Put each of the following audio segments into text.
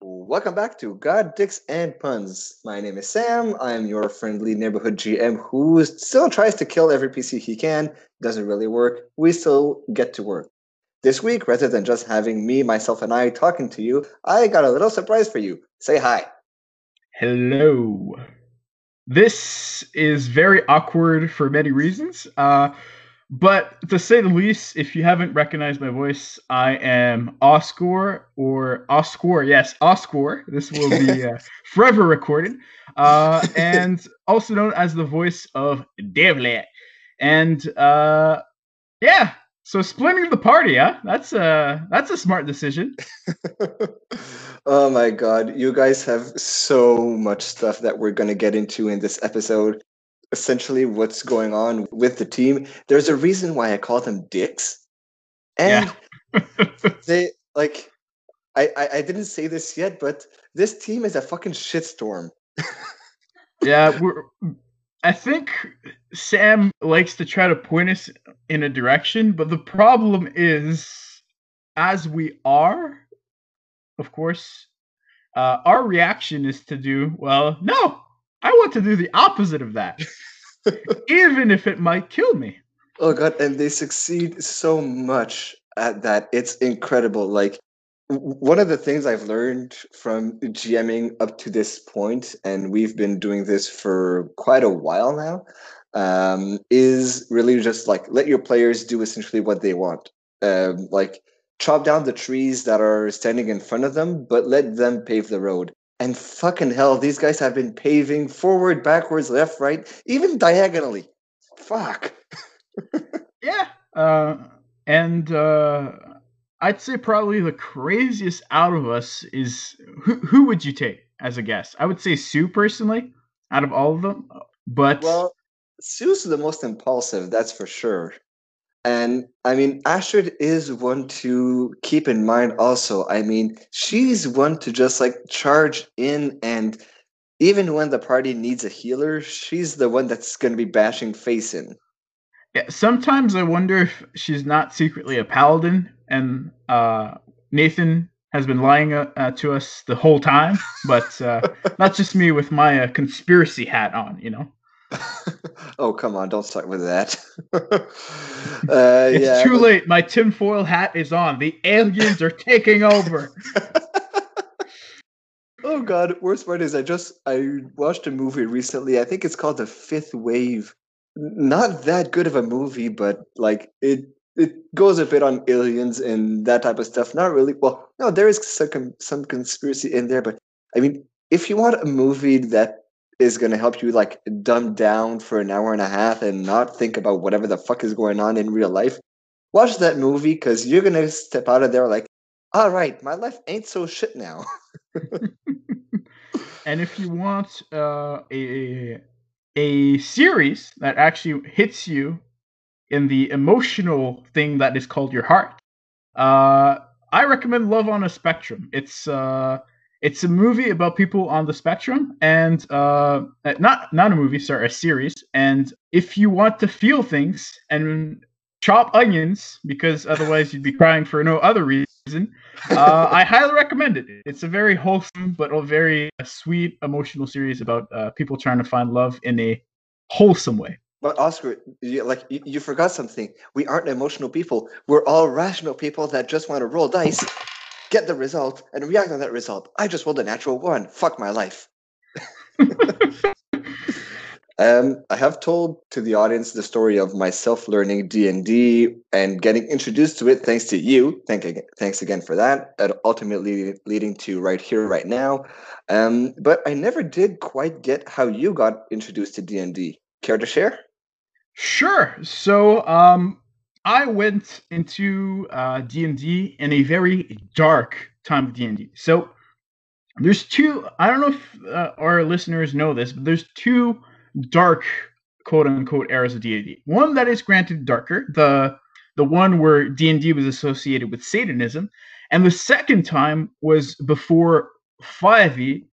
Welcome back to God, Dicks, and Puns. My name is Sam. I'm your friendly neighborhood GM who still tries to kill every PC he can. Doesn't really work. We still get to work. This week, rather than just having me, myself, and I talking to you, I got a little surprise for you. Say hi. Hello. This is very awkward for many reasons. Uh, but to say the least, if you haven't recognized my voice, I am Oscor or Oscor. Yes, Oscor. This will be uh, forever recorded, uh, and also known as the voice of Devlet. And uh, yeah, so splitting the party, huh? That's a that's a smart decision. oh my god, you guys have so much stuff that we're gonna get into in this episode essentially what's going on with the team. There's a reason why I call them dicks. And they like I, I I didn't say this yet, but this team is a fucking shitstorm. yeah, we're I think Sam likes to try to point us in a direction, but the problem is as we are, of course, uh, our reaction is to do, well, no, I want to do the opposite of that, even if it might kill me. Oh god, and they succeed so much at that. It's incredible. Like one of the things I've learned from GMing up to this point, and we've been doing this for quite a while now, um, is really just like let your players do essentially what they want. Um, like chop down the trees that are standing in front of them, but let them pave the road. And fucking hell, these guys have been paving forward, backwards, left, right, even diagonally. Fuck. yeah. Uh, and uh, I'd say probably the craziest out of us is who, who would you take as a guess? I would say Sue personally, out of all of them. uh, But. Well, Sue's the most impulsive, that's for sure. And I mean, Astrid is one to keep in mind also. I mean, she's one to just like charge in, and even when the party needs a healer, she's the one that's going to be bashing face in. Yeah, sometimes I wonder if she's not secretly a paladin, and uh, Nathan has been lying uh, to us the whole time, but uh, that's just me with my uh, conspiracy hat on, you know? oh come on! Don't start with that. uh, it's yeah. too late. My tinfoil hat is on. The aliens are taking over. oh god! Worst part is I just I watched a movie recently. I think it's called The Fifth Wave. Not that good of a movie, but like it it goes a bit on aliens and that type of stuff. Not really. Well, no, there is some some conspiracy in there, but I mean, if you want a movie that is going to help you like dumb down for an hour and a half and not think about whatever the fuck is going on in real life, watch that movie because you're going to step out of there like, all right, my life ain't so shit now. and if you want uh, a a series that actually hits you in the emotional thing that is called your heart, uh, I recommend Love on a Spectrum. It's uh, it's a movie about people on the spectrum and uh, not not a movie sorry a series and if you want to feel things and chop onions because otherwise you'd be crying for no other reason uh, i highly recommend it it's a very wholesome but a very uh, sweet emotional series about uh, people trying to find love in a wholesome way but Oscar, you, like you, you forgot something. We aren't emotional people. We're all rational people that just want to roll dice get the result and react on that result. I just rolled a natural one. Fuck my life. um, I have told to the audience the story of myself learning D and D and getting introduced to it thanks to you. Thank again, thanks again for that. And ultimately leading to right here, right now. Um, but I never did quite get how you got introduced to D and D. Care to share? Sure. So um, I went into uh, D and D in a very dark time of D and D. So there's two. I don't know if uh, our listeners know this, but there's two dark, quote unquote, eras of D and D. One that is granted darker, the the one where D and D was associated with Satanism, and the second time was before Five E,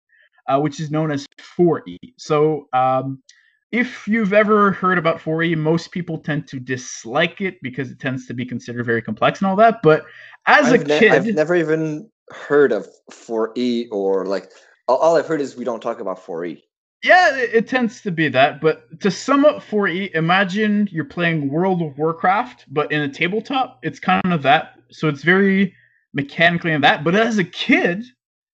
uh, which is known as Four E. So um, if you've ever heard about 4E, most people tend to dislike it because it tends to be considered very complex and all that. But as I've a kid, ne- I've never even heard of 4E or like all, all I've heard is we don't talk about E. 4E. Yeah, it, it tends to be that. But to sum up 4E, imagine you're playing World of Warcraft, but in a tabletop, it's kind of that. So it's very mechanically in that. But as a kid,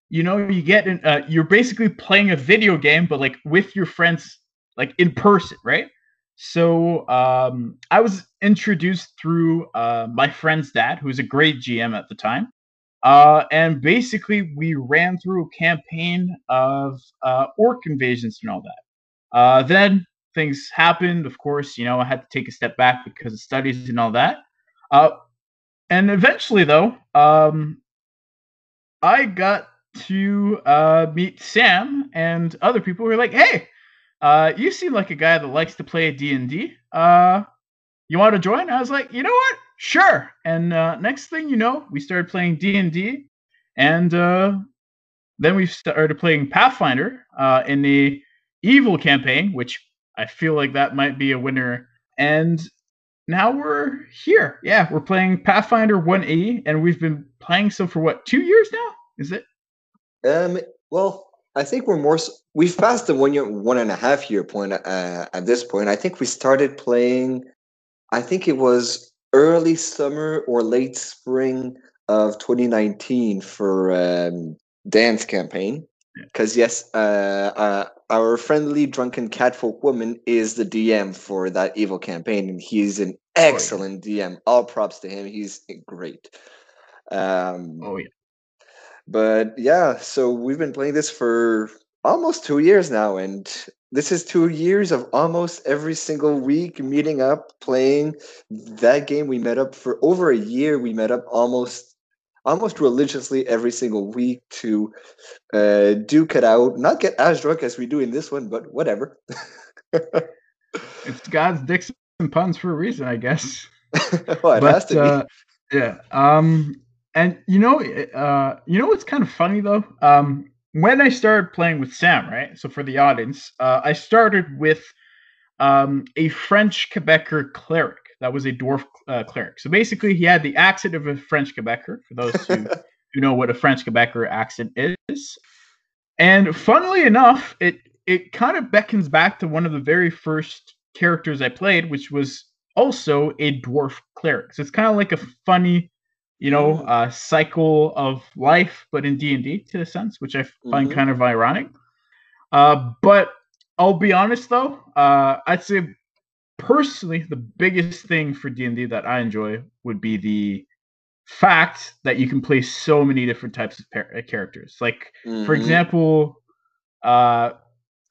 you know, you get in, uh, you're basically playing a video game, but like with your friends, like in person, right? So um, I was introduced through uh, my friend's dad, who was a great GM at the time. Uh, and basically, we ran through a campaign of uh, orc invasions and all that. Uh, then things happened, of course. You know, I had to take a step back because of studies and all that. Uh, and eventually, though, um, I got to uh, meet Sam and other people who were like, "Hey, uh, you seem like a guy that likes to play D and D. Uh, You want to join?" I was like, "You know what? Sure." And uh, next thing you know, we started playing D and D, and uh, then we started playing Pathfinder uh, in the Evil campaign, which I feel like that might be a winner. And now we're here. Yeah, we're playing Pathfinder 1E, and we've been playing so for what two years now? Is it? Um. Well, I think we're more. We've passed the one year, one and a half year point uh, at this point. I think we started playing. I think it was early summer or late spring of 2019 for um, dance campaign. Because yes, uh, uh, our friendly drunken catfolk woman is the DM for that evil campaign, and he's an excellent oh, yeah. DM. All props to him; he's great. Um, oh yeah. But yeah, so we've been playing this for almost two years now, and this is two years of almost every single week meeting up, playing that game. We met up for over a year. We met up almost almost religiously every single week to uh, duke it out. Not get as drunk as we do in this one, but whatever. it's God's dicks and puns for a reason, I guess. well, but, uh, Yeah. Um, and you know, uh, you know what's kind of funny though. Um, when I started playing with Sam, right? So for the audience, uh, I started with um, a French Quebecer cleric that was a dwarf uh, cleric. So basically, he had the accent of a French Quebecer. For those who, who know what a French Quebecer accent is, and funnily enough, it it kind of beckons back to one of the very first characters I played, which was also a dwarf cleric. So it's kind of like a funny you know, mm-hmm. uh, cycle of life, but in D and D to a sense, which I find mm-hmm. kind of ironic. Uh, but I'll be honest though, uh, I'd say personally the biggest thing for D and D that I enjoy would be the fact that you can play so many different types of par- uh, characters. Like, mm-hmm. for example, uh,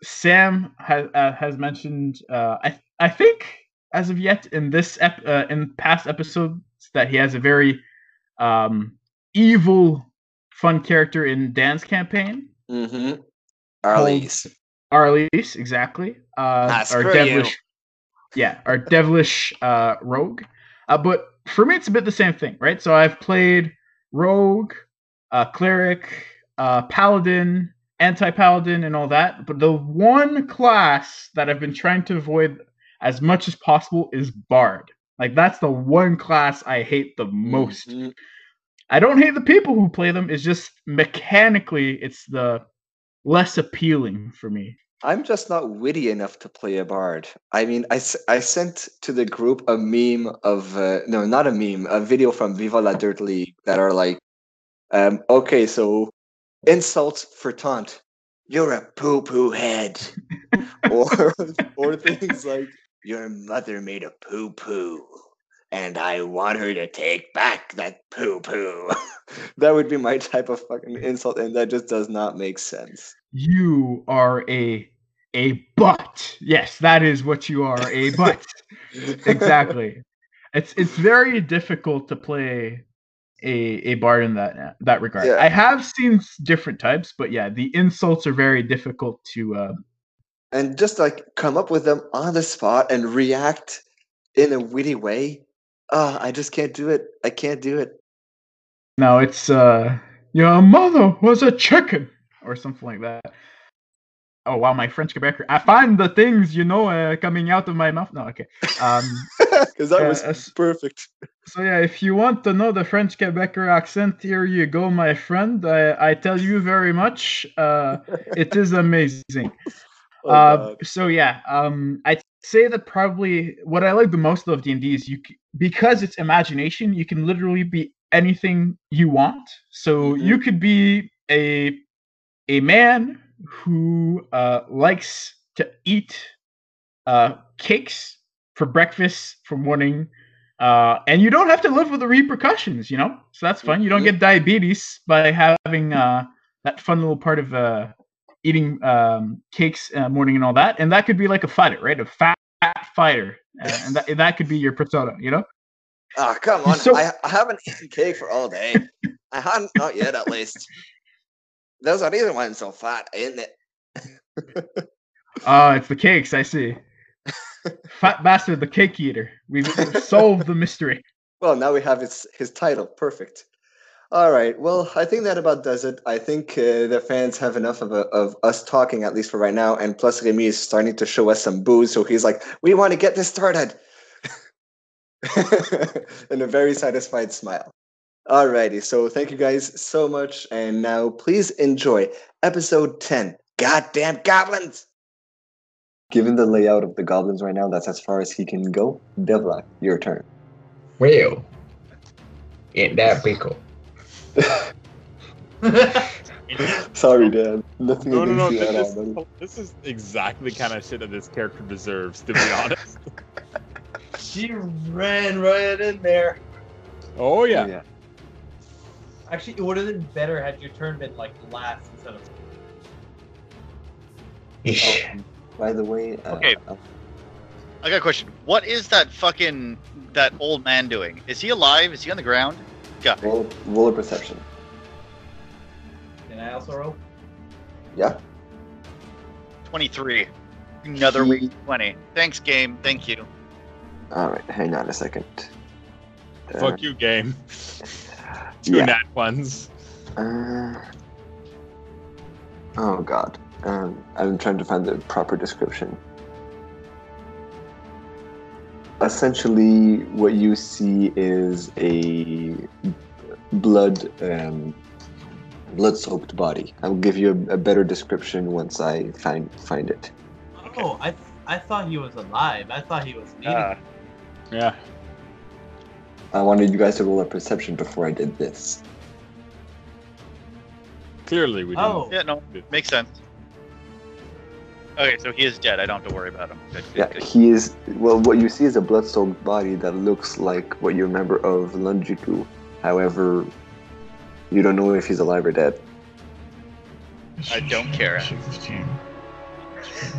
Sam has uh, has mentioned. Uh, I th- I think as of yet in this ep- uh, in past episodes that he has a very um, evil, fun character in Dan's campaign. Mm-hmm. Arlise. Arlise, exactly. Uh, our devilish, you. yeah, our devilish uh, rogue. Uh, but for me, it's a bit the same thing, right? So I've played rogue, uh, cleric, uh, paladin, anti-paladin, and all that. But the one class that I've been trying to avoid as much as possible is bard. Like that's the one class I hate the most. Mm-hmm. I don't hate the people who play them. It's just mechanically, it's the less appealing for me. I'm just not witty enough to play a bard. I mean, I, I sent to the group a meme of uh, no, not a meme, a video from Viva la Dirt League that are like, um, okay, so insults for taunt. You're a poo poo head, or or things like your mother made a poo poo, and I want her to take back that poo poo. that would be my type of fucking insult, and that just does not make sense. You are a a butt. Yes, that is what you are, a butt. exactly. It's it's very difficult to play a a bard in that that regard. Yeah. I have seen different types, but yeah, the insults are very difficult to. Uh, and just like come up with them on the spot and react in a witty way. Uh, I just can't do it. I can't do it. No, it's uh, your mother was a chicken or something like that. Oh wow, my French Quebecer. I find the things you know uh, coming out of my mouth. No, okay. Um, because that Yeah, was as- perfect. So yeah, if you want to know the French Quebecer accent, here you go, my friend. I, I tell you very much, uh, it is amazing. Oh, uh, God. so yeah, um, I'd say that probably what I like the most of D and D is you c- because it's imagination. You can literally be anything you want. So Mhm. you could be a a man who uh, likes to eat uh, cakes for breakfast for morning. Uh, and you don't have to live with the repercussions, you know. So that's fun. You don't Mhm. get diabetes by having uh, that fun little part of uh, eating um, cakes uh, morning and all that. And that could be like a fighter, right? A fat, fat fighter, uh, and that that could be your persona, you know. Ah, come on. so- I, I haven't eaten cake for all day. I hadn't, not yet at least. There's a reason why I'm so fat, ain't it? Ah, it's the cakes. I see. fat bastard, the cake eater. We've solved the mystery. Well, now we have his his title. Perfect. All right. Well, I think that about does it. I think uh, the fans have enough of a, of us talking at least for right now. And plus, Remy is starting to show us some booze, so he's like, "We want to get this started," and a very satisfied smile. Alrighty. So thank you guys so much, and now please enjoy episode ten. Goddamn goblins! Given the layout of the goblins right now, that's as far as he can go. Devla, your turn. Well, ain't that pickle? Sorry, Dan. Nothing No, no, no. against you at all, This buddy. is, oh, this is exactly the kind of shit that this character deserves, to be honest. she ran right in there. Oh, yeah. Actually, it would have been better had your turn been like last instead of. Um, by the way, uh, Okay. uh, I got a question. What is that fucking that old man doing? Is he alive? Is he on the ground? roll, roll a perception. Can I also roll? Yeah. Twenty three. Another He- week twenty. Thanks, game. Thank you. All right. Hang on a second. Uh, Fuck you, game. Two Yeah. nat ones. Uh, oh God. Um, I'm trying to find the proper description. Essentially, what you see is a blood um, blood-soaked body. I'll give you a, a better description once I find find it. Oh, I I thought he was alive. I thought he was leading. Ah. Uh, Yeah. I wanted you guys to roll a perception before I did this. Clearly, we didn't. oh, yeah, no, makes sense. Okay, so he is dead. I don't have to worry about him. Good, good, Yeah, good. he is. Well, what you see is a blood-soaked body that looks like what you remember of Lungiku. However, you don't know if he's alive or dead. I don't care.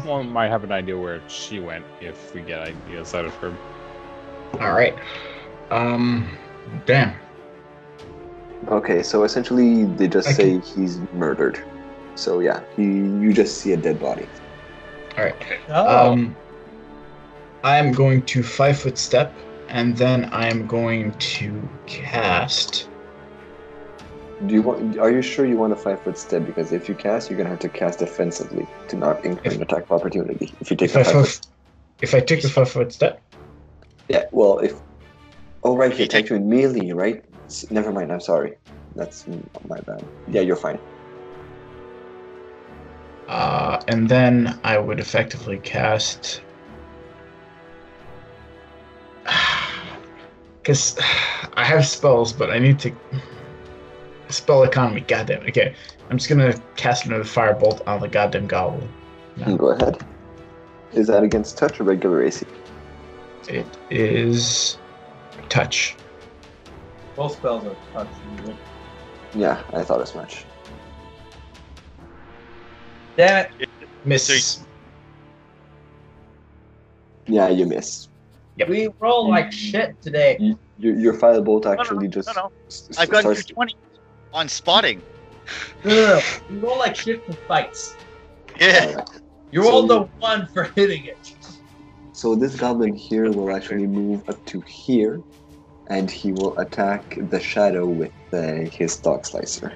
One might have an idea where she went if we get ideas out of her. all right. Um, damn. Okay, so essentially they just I say he's murdered. So yeah, he, you just see a dead body. All right. Oh. Um, I am going to five foot step, and then I am going to cast. Do you want? Are you sure you want a five-foot step? Because if you cast, you're gonna have to cast defensively to not incur an attack of opportunity. If you take If the I five-foot, five, if I take the five foot step, yeah. Well, if oh right, If you you attack take- you in melee, right? S- Never mind. I'm sorry. That's m- my bad. Yeah, you're fine. uh, and then I would effectively cast. Because I have spells, but I need to spell economy. Goddamn. Okay, I'm just gonna cast another firebolt on the goddamn goblin. Mm, Go ahead. Is that against touch or regular AC? It is touch. Both spells are touch. usually. Yeah, I thought as much. Damn it! Miss. Yeah, you miss. Yep. We roll like shit today. You, your, your firebolt no, actually just No, no. s- s- I've got starts. two twenty on spotting. Ugh. We roll like shit for fights. Yeah. Alright. You So- rolled the one for hitting it. So this goblin here will actually move up to here, and he will attack the shadow with uh, his dog slicer.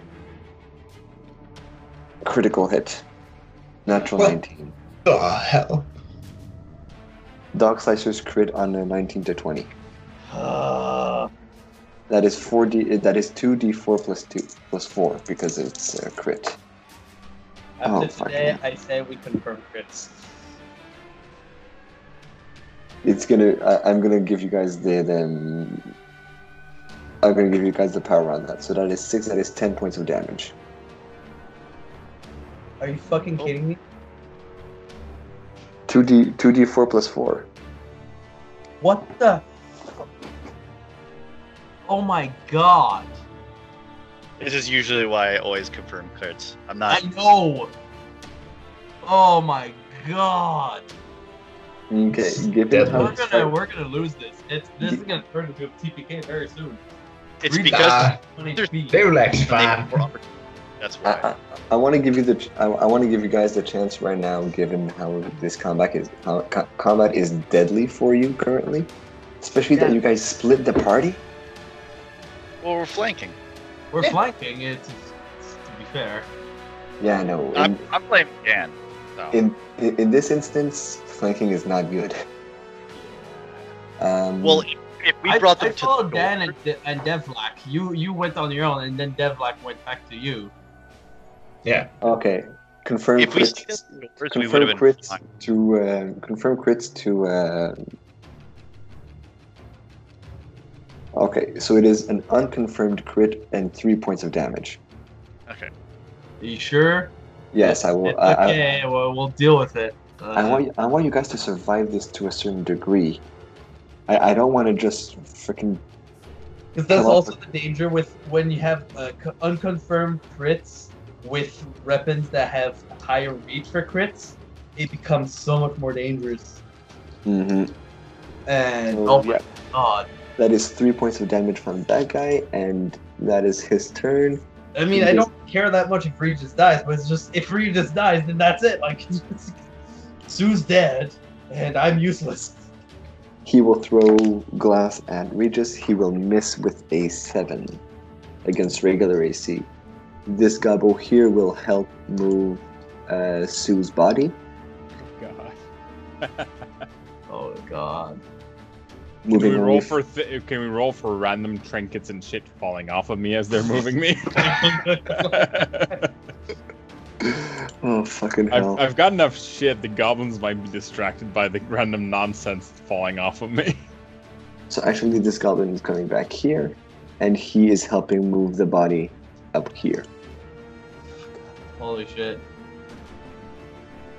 Critical hit. Natural Well- 19. Oh hell. Dog Slicer's crit on a 19 to 20. Uh, That is 4d. That is 2d4 plus 2 plus 4 because it's a crit. Oh, after fucking today, hell. I say we confirm crits. It's gonna. I, I'm gonna give you guys the then. I'm gonna give you guys the power on that. So that is six. That is ten points of damage. Are you fucking Oh. kidding me? Two d two d four plus four. What the? Oh my god! This is usually why I always confirm crits. I'm I not. know. Oh my god! Okay, give him That's how We're it's gonna fir- we're gonna lose this. It's this is gonna turn into a TPK very soon. It's Read because Ah, Twenty There's- feet. they were like they fine. have more opportunities. That's I, why. I, I want to give you the ch- I, I want to give you guys the chance right now, given how this combat is how co- combat is deadly for you currently, especially that Yeah. you guys split the party. Well, we're flanking. We're Yeah. flanking. It's, it's to be fair. Yeah, no. I'm, In, I'm blaming Dan. So. in in in this instance, flanking is not good. Um, well, if, if we Mm. I, brought them I to followed the door, Dan and, De- and Devlak. You you went on your own, and then Devlak went back to you. Yeah. okay. Confirm if we crits. stayed at the doors, we would confirm have been crits fine. to uh, confirm crits to. Uh, okay, so it is an unconfirmed crit and three points of damage. Okay. Are you sure? Yes, I will. uh, I, I, okay, well we'll deal with it. Uh, I want you- I want you guys to survive this to a certain degree. I, I don't want to just freaking Because that's Come up also the danger with when you have uh, co- unconfirmed crits with weapons that have higher reach for crits, it becomes so much more dangerous. Mm-hmm. And oh my yeah, god! that is three points of damage from that guy, and that is his turn. I mean, I don't care that much if Regis dies, but it's just if Regis dies, then that's it. Like, Sue's dead, and I'm useless. He will throw glass at Regis. He will miss with a seven against regular AC. This gobble here will help move uh, Sue's body, God. Oh god! Can we moving roll only for th- Can we roll for random trinkets and shit falling off of me as they're moving me? I've, oh fucking hell! I've got enough shit. The goblins might be distracted by the random nonsense falling off of me. So actually, this goblin is coming back here, and he is helping move the body up here. Holy shit!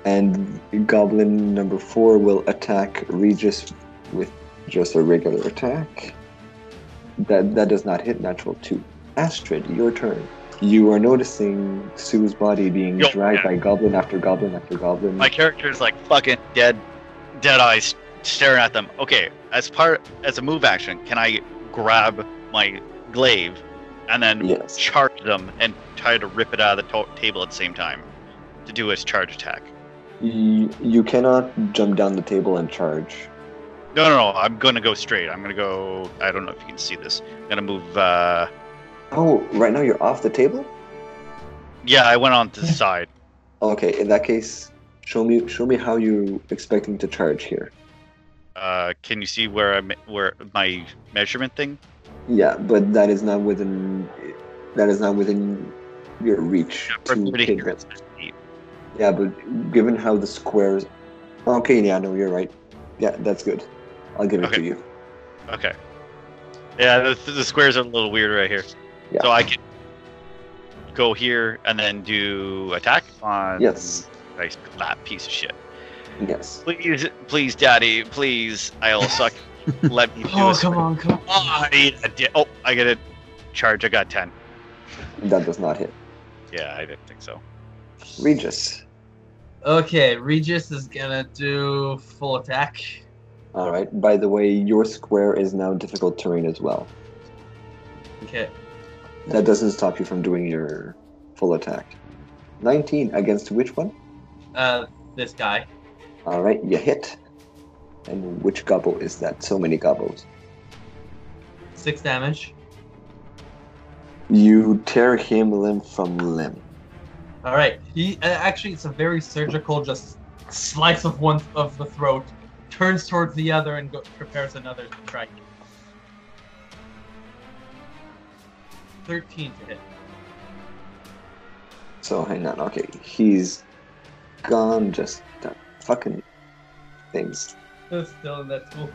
And goblin number four will attack Regis with just a regular attack. That that does not hit natural two. Astrid, your turn. You are noticing Sue's body being Yo, dragged yeah. by goblin after goblin after goblin. my character is like fucking dead, dead eyes staring at them. Okay, as part as a move action, can I grab my glaive and then yes. charge them and try to rip it out of the to- table at the same time to do his charge attack? You, you cannot jump down the table and charge. No, no, no. I'm gonna go straight. I'm gonna go. I don't know if you can see this. I'm gonna move. uh Oh, right now you're off the table. Yeah, I went on to the side. Okay, in that case, show me show me how you expecting to charge here. Uh, can you see where I'm where my measurement thing? Yeah, but that is not within that is not within your reach. Yeah, to from here to hit here, them. it's 50. Yeah, but given how the squares Okay, yeah, no, you're right. Yeah, that's good. I'll give it to Okay. you. Okay. Yeah, the, the squares are a little weird right here. Yeah. So I can go here and then do attack on Yes. nice flat piece of shit. Yes. Please, please, daddy, please. I'll suck. Let me do Oh this. come on, come on! Oh, I need a di- oh, I get a charge. I got ten. That does not hit. Yeah, I didn't think so. Regis. Okay, Regis is gonna do full attack. Alright. By the way, your square is now difficult terrain as well. Okay. That doesn't stop you from doing your full attack. Nineteen against which one? Uh, this guy. All right, you hit. And which gobble is that? So many gobbles. Six damage. You tear him limb from limb. All right. He uh, actually, it's a very surgical, just slice of one of the throat, turns towards the other and go- prepares another strike. 13 to hit. So hang on. Okay, he's gone. Just done fucking things. It's still in that school.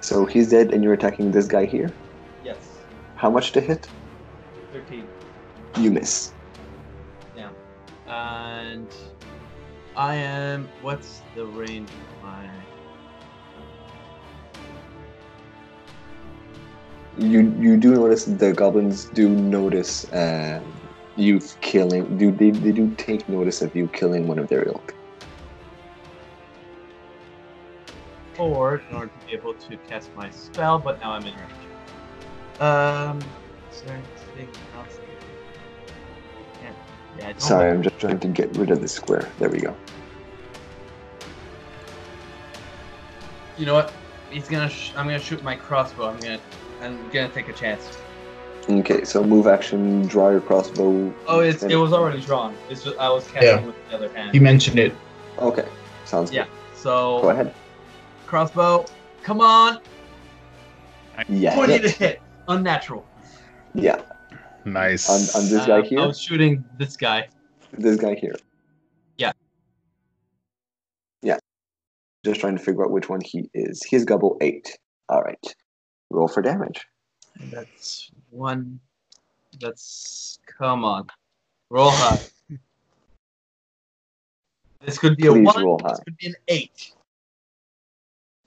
So he's dead, and you're attacking this guy here. Yes, How much to hit? 13. You miss. And I am. What's the range of my. You you do notice the goblins do notice uh, you killing. Do they, they do take notice of you killing one of their ilk? forward in order to be able to cast my spell, but now I'm in range. Um, is there anything else? Yeah, yeah I don't Sorry, I'm just trying to get rid of the square. There we go. You know what? He's gonna. Sh- I'm gonna shoot my crossbow. I'm gonna. I'm gonna take a chance. Okay, so move action, draw your crossbow. Oh, it's, and- it was already drawn. It's just I was casting Yeah. with the other hand. You mentioned it. Okay, sounds yeah. good. Go So ahead. crossbow. Come on. Yeah. Twenty to hit. hit. Unnatural. Yeah, Nice. on, on this Uh, guy here. I was shooting this guy. This guy here. Yeah. Yeah. Just trying to figure out which one he is. He's gobble eight. All right. Roll for damage. And That's one. That's come on, roll high. this could be a Please one. roll This high. could be an eight.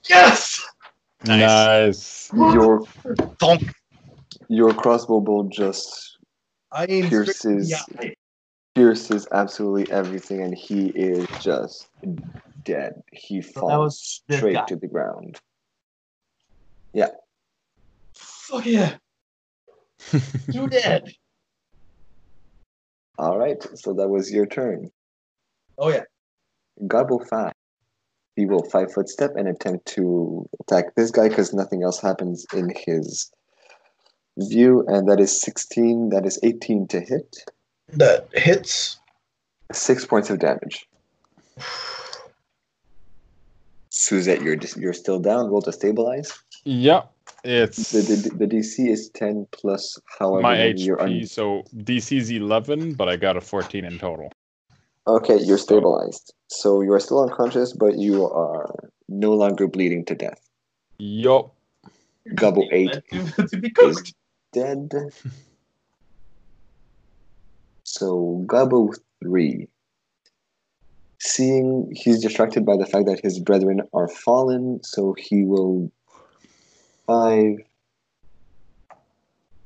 Yes. nice. Your Thunk. your crossbow bolt just I aim straight for the Pierces. eye. pierces absolutely everything, and he is just dead. He that falls was this straight guy. to the ground. Fuck yeah. Too dead. All right. So that was your turn. Oh yeah. Gobble five. He will five foot step and attempt to attack this guy because nothing else happens in his view. And that is 16, that is 18 to hit. That hits. Six points of damage. Suzette, you're just, you're still down. Roll to stabilize. Yep. It's The, the, the DC is 10 plus however my many HP, you're un- so DC's 11, but I got a 14 in total. Okay, you're stabilized. So you are still unconscious, but you are no longer bleeding to death. Yup. Gobble eight to be is cooked. dead. so Gabo three. Seeing he's distracted by the fact that his brethren are fallen, so he will five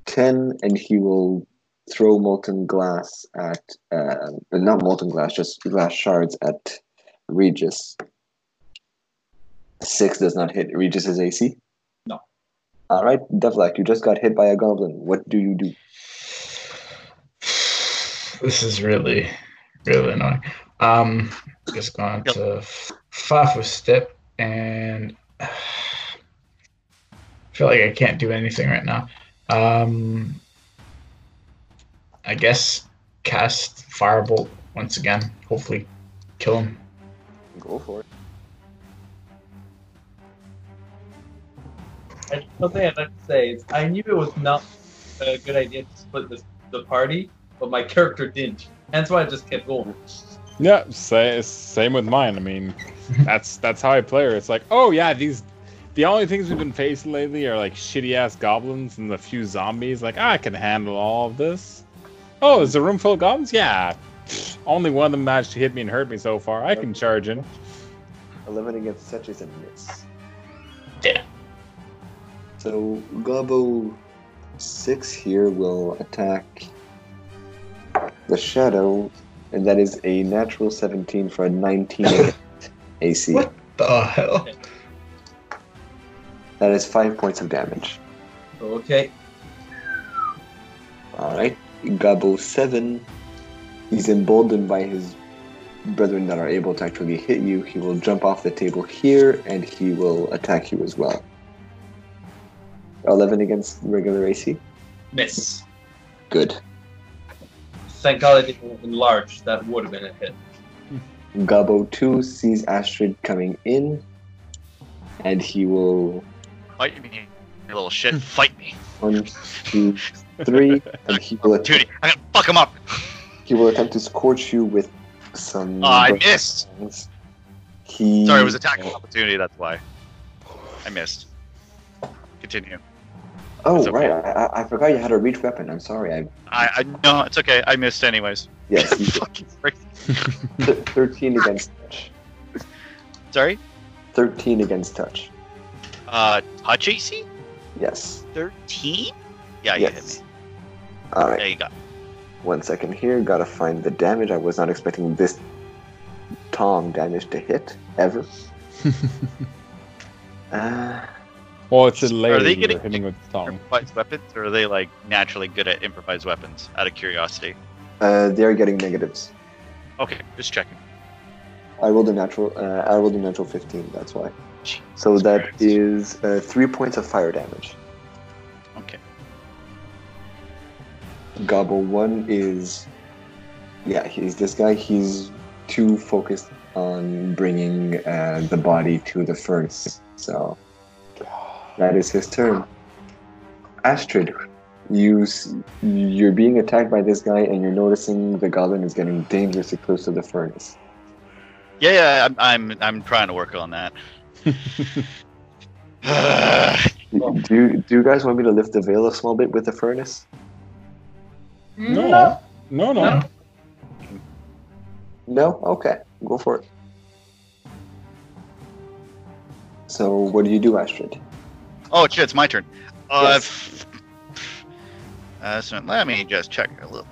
ten and he will throw molten glass at uh, not molten glass, just glass shards at Regis. Six does not hit Regis's AC. All right, Devlak, you just got hit by a goblin. What do you do? This is really, really annoying. Um, just going Yep. to f- five foot step, and I feel like I can't do anything right now. Um, I guess cast firebolt once again. Hopefully, kill him. Go for it. I- Something I'd like to say is I knew it was not a good idea to split this, the party, but my character didn't. That's why I just kept going. Yeah, sa- same with mine. I mean, that's that's how I play her. It's like, oh yeah, these the only things we've been facing lately are like shitty ass goblins and a few zombies. Like, I can handle all of this. Oh, is the room full of goblins? Yeah. Pfft, Only one of them managed to hit me and hurt me so far. I can charge in. 11 against such is a miss. Yeah. So, Gobbo 6 here will attack the shadow, and that is a natural 17 for a 19 against AC. What the hell? That is 5 points of damage. Okay. Alright. Gobbo 7. He's emboldened by his brethren that are able to actually hit you. He will jump off the table here and he will attack you as well. 11 against regular AC. Miss. Good. Thank God I didn't enlarge. That would have been a hit. Gobbo 2 sees Astrid coming in and he will Fight me, you little shit. Fight me. one, two, three, and he will att- Duty. I'm gonna fuck him up. he will attempt to scorch you with some. Oh, I burning missed. hands. He Sorry, it was attack of opportunity. That's why. I missed. Continue. Oh It's okay. right, I, I- I forgot you had a reach weapon. I'm sorry. I I, I no, it's okay. I missed anyways. yes, you- Fucking freak. th- thirteen against touch. Sorry. Thirteen against touch. Uh, touch AC Yes. thirteen. Yeah, you Yes. All hit me. There right. you go. One second here. Gotta find the damage. I was not expecting this Tom damage to hit ever. Uh, well, it's a lady. Are they you're getting- hitting with Oh. the tongue? Improvised weapons, or are they like naturally good at improvised weapons? Out of curiosity. uh, they are getting negatives. Okay, just checking. I rolled a natural. Uh, I rolled a natural fifteen. That's why. Jesus So that Christ. is uh, three points of fire damage. Okay. Gobble one is, yeah, he's this guy. He's too focused on bringing uh, the body to the furnace. So that is his turn. Astrid, you s- you're being attacked by this guy, and you're noticing the goblin is getting dangerously close to the furnace. Yeah, yeah, I'm, I'm, I'm trying to work on that. Do do you, do you guys want me to lift the veil a small bit with the furnace? No, no, no. No. No? Okay. Go for it. So, what do you do, Astrid? oh shit, it's my turn. Uh, Yes. f- uh, so let me just check a little,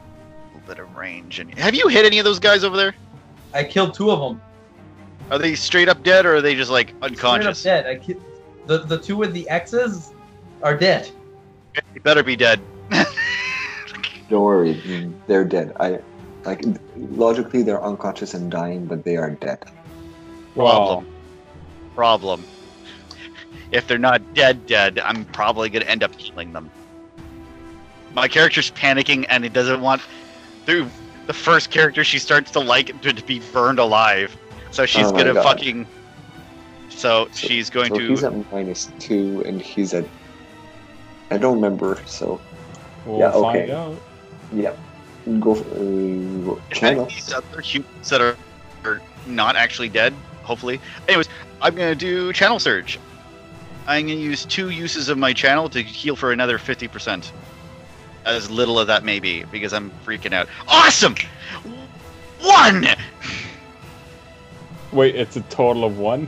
little bit of range. And have you hit any of those guys over there? I killed two of them. Are they straight up dead, or are they just like unconscious? Straight up dead. I ki- the the two with the X's are dead. They better be dead. Don't worry, they're dead. I like logically they're unconscious and dying, but they are dead. Well, Problem. Problem. If they're not dead, dead, I'm probably gonna end up healing them. My character's panicking, and it doesn't want. Dude, the first character she starts to like to, to be burned alive, so she's Oh my gonna God. fucking. So So- she's going so he's to. at minus two, and he's at. I don't remember. So we'll Yeah, find okay. out. yeah, go for, uh, attack channel. these other humans that are, are not actually dead, hopefully. Anyways, I'm gonna do channel surge. I'm gonna use two uses of my channel to heal for another fifty percent. As little of that may be, because I'm freaking out. Awesome! One! Wait, it's a total of one.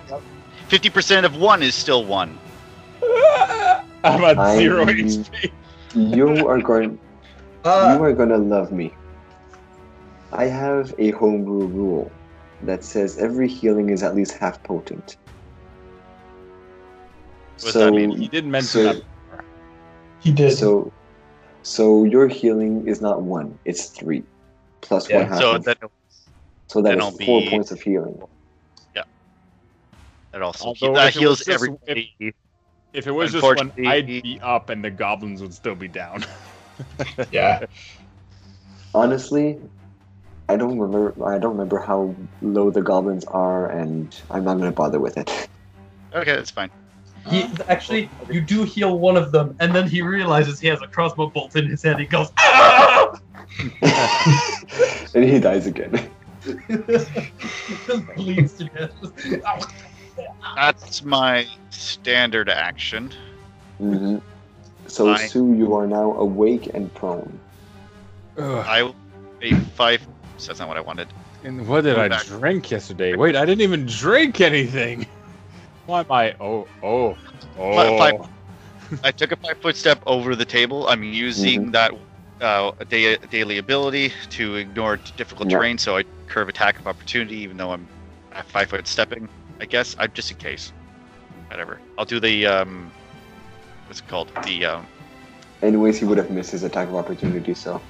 50% of one is still one. I'm at I- 0 HP. You are going. you Uh, are gonna love me. I have a homebrew rule that says every healing is at least half potent. What does that mean? You did mention so- that. He did. So, so your healing is not one; it's three, plus Yeah, one half. So of- that so that then is I'll four be- points of healing. that also Although that if it heals was just- everybody. If it was just one, Unfortunately- I'd be up and the goblins would still be down. Yeah. Honestly, I don't remember. I don't remember how low the goblins are, and I'm not gonna bother with it. Okay, that's fine. he, actually, you do heal one of them, and then he realizes he has a crossbow bolt in his head. He goes, "Ah!" and he dies again. just bleeds to death. That's my standard action. hmm So Fine. Sue, you are now awake and prone. I will a five. So that's not what I wanted. And what did Go I back. drink yesterday? Wait, I didn't even drink anything. Why am I? Oh, oh, oh. Fi- I took a five foot step over the table. I'm Mm-hmm. using that uh, da- daily ability to ignore t- difficult Yeah. terrain, so I curve attack of opportunity, even though I'm at five foot stepping. I guess I just in case. Whatever. I'll do the um, what's it called? The um, Anyways, he would have missed his attack of opportunity. So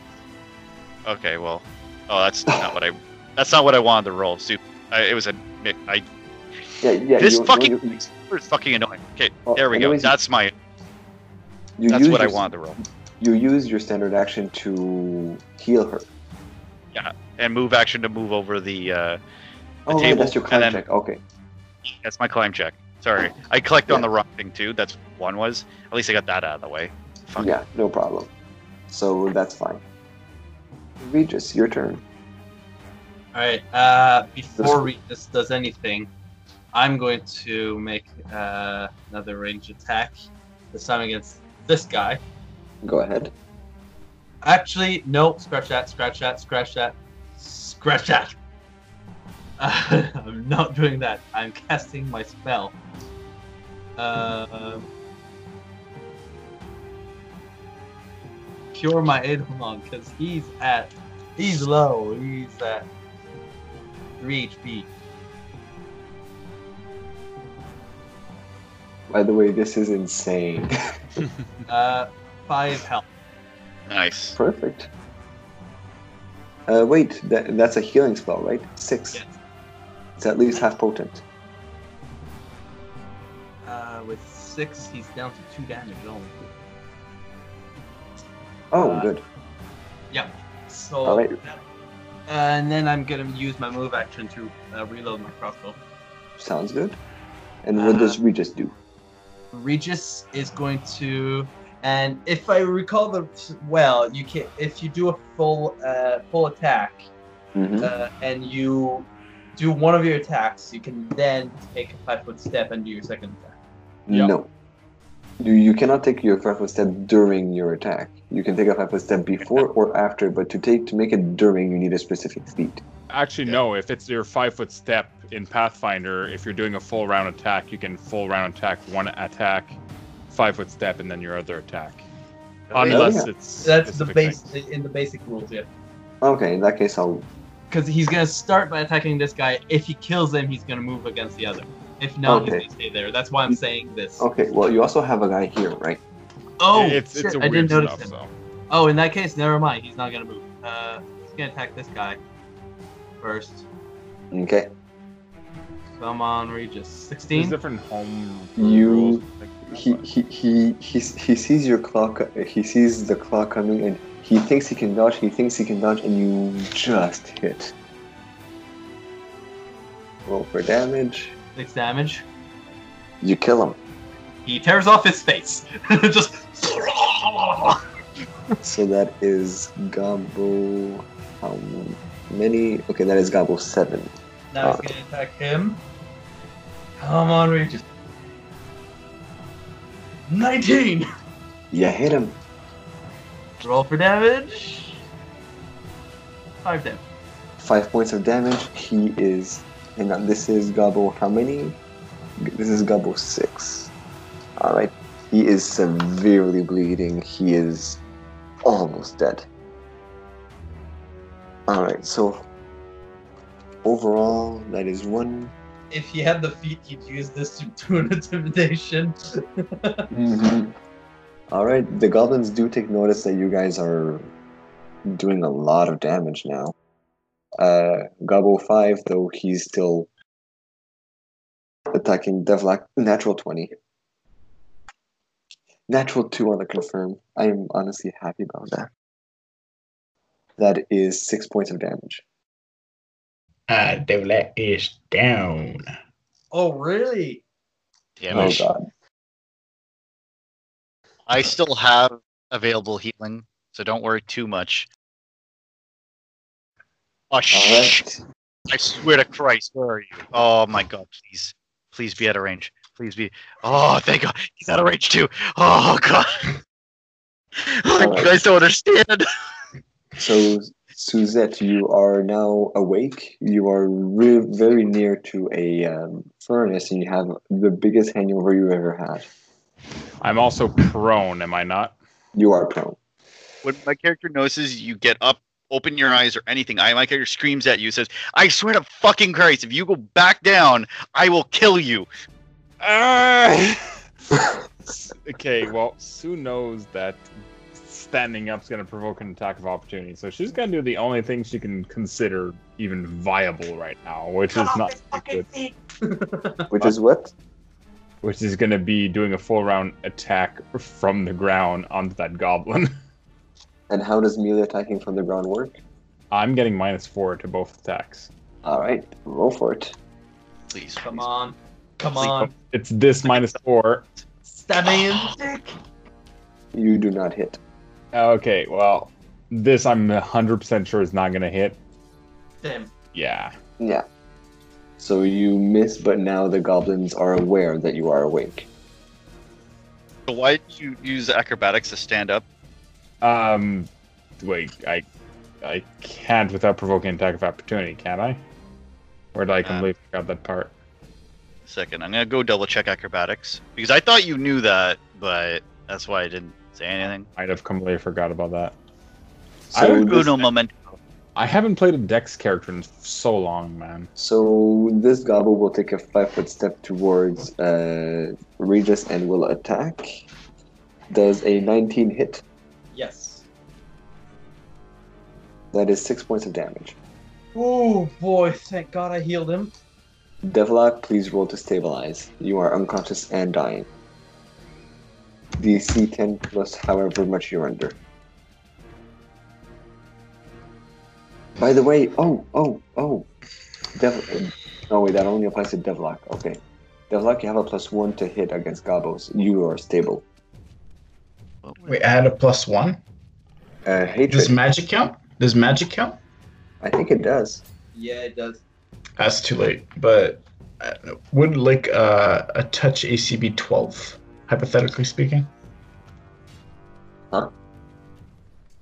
okay. Well, oh, that's not what I. That's not what I wanted to roll. So I, it was a. mi- I yeah, yeah. this you- you- fucking you- it's fucking annoying. Okay, oh, there we go. anyways, you- That's my. you That's use what I your- wanted to roll. You use your standard action to heal her. And move action to move over the. Uh, Oh, right, table, that's your and climb then- check. Okay. that's my climb check. Sorry, I clicked on the wrong thing too. That's what one was. At least I got that out of the way. Fuck. Yeah, no problem. So that's fine. Regis, your turn. Alright, uh, before Regis does anything, I'm going to make uh, another range attack, this time against this guy. Go ahead. Actually, no, scratch that, scratch that, scratch that, scratch that. Uh, I'm not doing that. I'm casting my spell. Uh, cure my Edelmon, because he's at. He's low. He's at 3 HP. By the way, this is insane. Uh, 5 health. Nice. Perfect. Uh, wait, that, that's a healing spell, right? Six. Yes. It's at least half potent. Uh, with 6, he's down to 2 damage only. Oh, Uh, good. So. uh, All right. and then I'm gonna use my move action to uh, reload my crossbow. Sounds good. And what does Regis do? Regis is going to, and if I recall the well, you can if you do a full uh, full attack Mhm. uh, and you do one of your attacks, you can then take a five foot step and do your second attack. yeah. No. You, you cannot take your five foot step during your attack. You can take a five foot step before or after, but to take to make it during, you need a specific feat. Actually, no. If it's your five foot step in Pathfinder, if you're doing a full round attack, you can full round attack one attack, five foot step, and then your other attack. Unless it's That's the specific base things. in the basic rules, yeah. Okay, in that case, I'll. Because he's gonna start by attacking this guy. If he kills him, he's gonna move against the other. If not, Okay. he's gonna stay there. That's why I'm saying this. Okay, well, you also have a guy here, right? Oh, it's shit, it's a I weird didn't notice stuff. So him. Oh, in that case, never mind. He's not gonna move. Uh, he's gonna attack this guy first. Okay. Come on, Regis. there's 16. different home You- rules. He he he he, he sees your clock. He sees the clock coming, and he thinks he can dodge. He thinks he can dodge, and you just hit. Roll for damage. Six damage. You kill him. He tears off his face. Just. So that is Gobble. How many? Okay, that is Gobble seven. Now he's gonna attack him. Come on, Regis. 19. You hit him. Roll for damage. Five damage. Five points of damage. He is. And now this is Gobble. How many? This is Gobble six. All right. He is severely bleeding. He is almost dead. All right. So overall, that is one. If he had the feet, he'd use this to do an intimidation. Mm-hmm. All right. The goblins do take notice that you guys are doing a lot of damage now. Uh, Gobble five, though he's still attacking Devlak. Natural twenty. Natural two on the confirm. I am honestly happy about that. That is six points of damage. Uh, Devlet is down. Oh, really? Damn Oh it. god. I still have available healing, so don't worry too much. Oh All shit! right. I swear to Christ, where are you? Oh my God! Please, please be out of range. Please be. Oh, thank God, he's out of range too. Oh God. Alright. You guys don't understand. So, Suzette, you are now awake. You are re- very near to a um, furnace, and you have the biggest hangover you ever had. I'm also prone, am I not? You are prone. When my character notices you get up, open your eyes, or anything, I my character screams at you, says, "I swear to fucking Christ, if you go back down, I will kill you." okay, well, Sue knows that standing up's going to provoke an attack of opportunity, so she's going to do the only thing she can consider even viable right now, which is not good, Which is what? which is going to be doing a full round attack from the ground onto that goblin. And how does melee attacking from the ground work? I'm getting minus four to both attacks. All right, roll for it. Please, Come on. Come on. It's this minus four. Stab me in the dick. You do not hit. Okay, well, this I'm 100% sure is not going to hit. Damn. Yeah. Yeah. So you miss, but now the goblins are aware that you are awake. So why did you use acrobatics to stand up? Um, wait, I I can't without provoking an attack of opportunity, can I? Where did I completely forgot that part? Second, I'm gonna go double check acrobatics because I thought you knew that, but that's why I didn't say anything. I'd have completely forgot about that. I So would this, Uno moment. I haven't played a Dex character in so long, man. so this goblin will take a five foot step towards uh, Regis and will attack. Does a 19 hit? Yes. That is six points of damage. Oh boy, thank God I healed him. Devlock, please roll to stabilize. You are unconscious and dying. DC 10 plus however much you're under. By the way, oh, oh, oh. Dev- oh, wait, that only applies to Devlock. Okay. Devlock, you have a plus one to hit against Gobos. You are stable. Wait, I had a plus one. Uh, Does hatred. magic count? Does magic count? I think it does. Yeah, it does. That's too late. But uh, would like uh, a touch ACB 12, hypothetically speaking? Huh?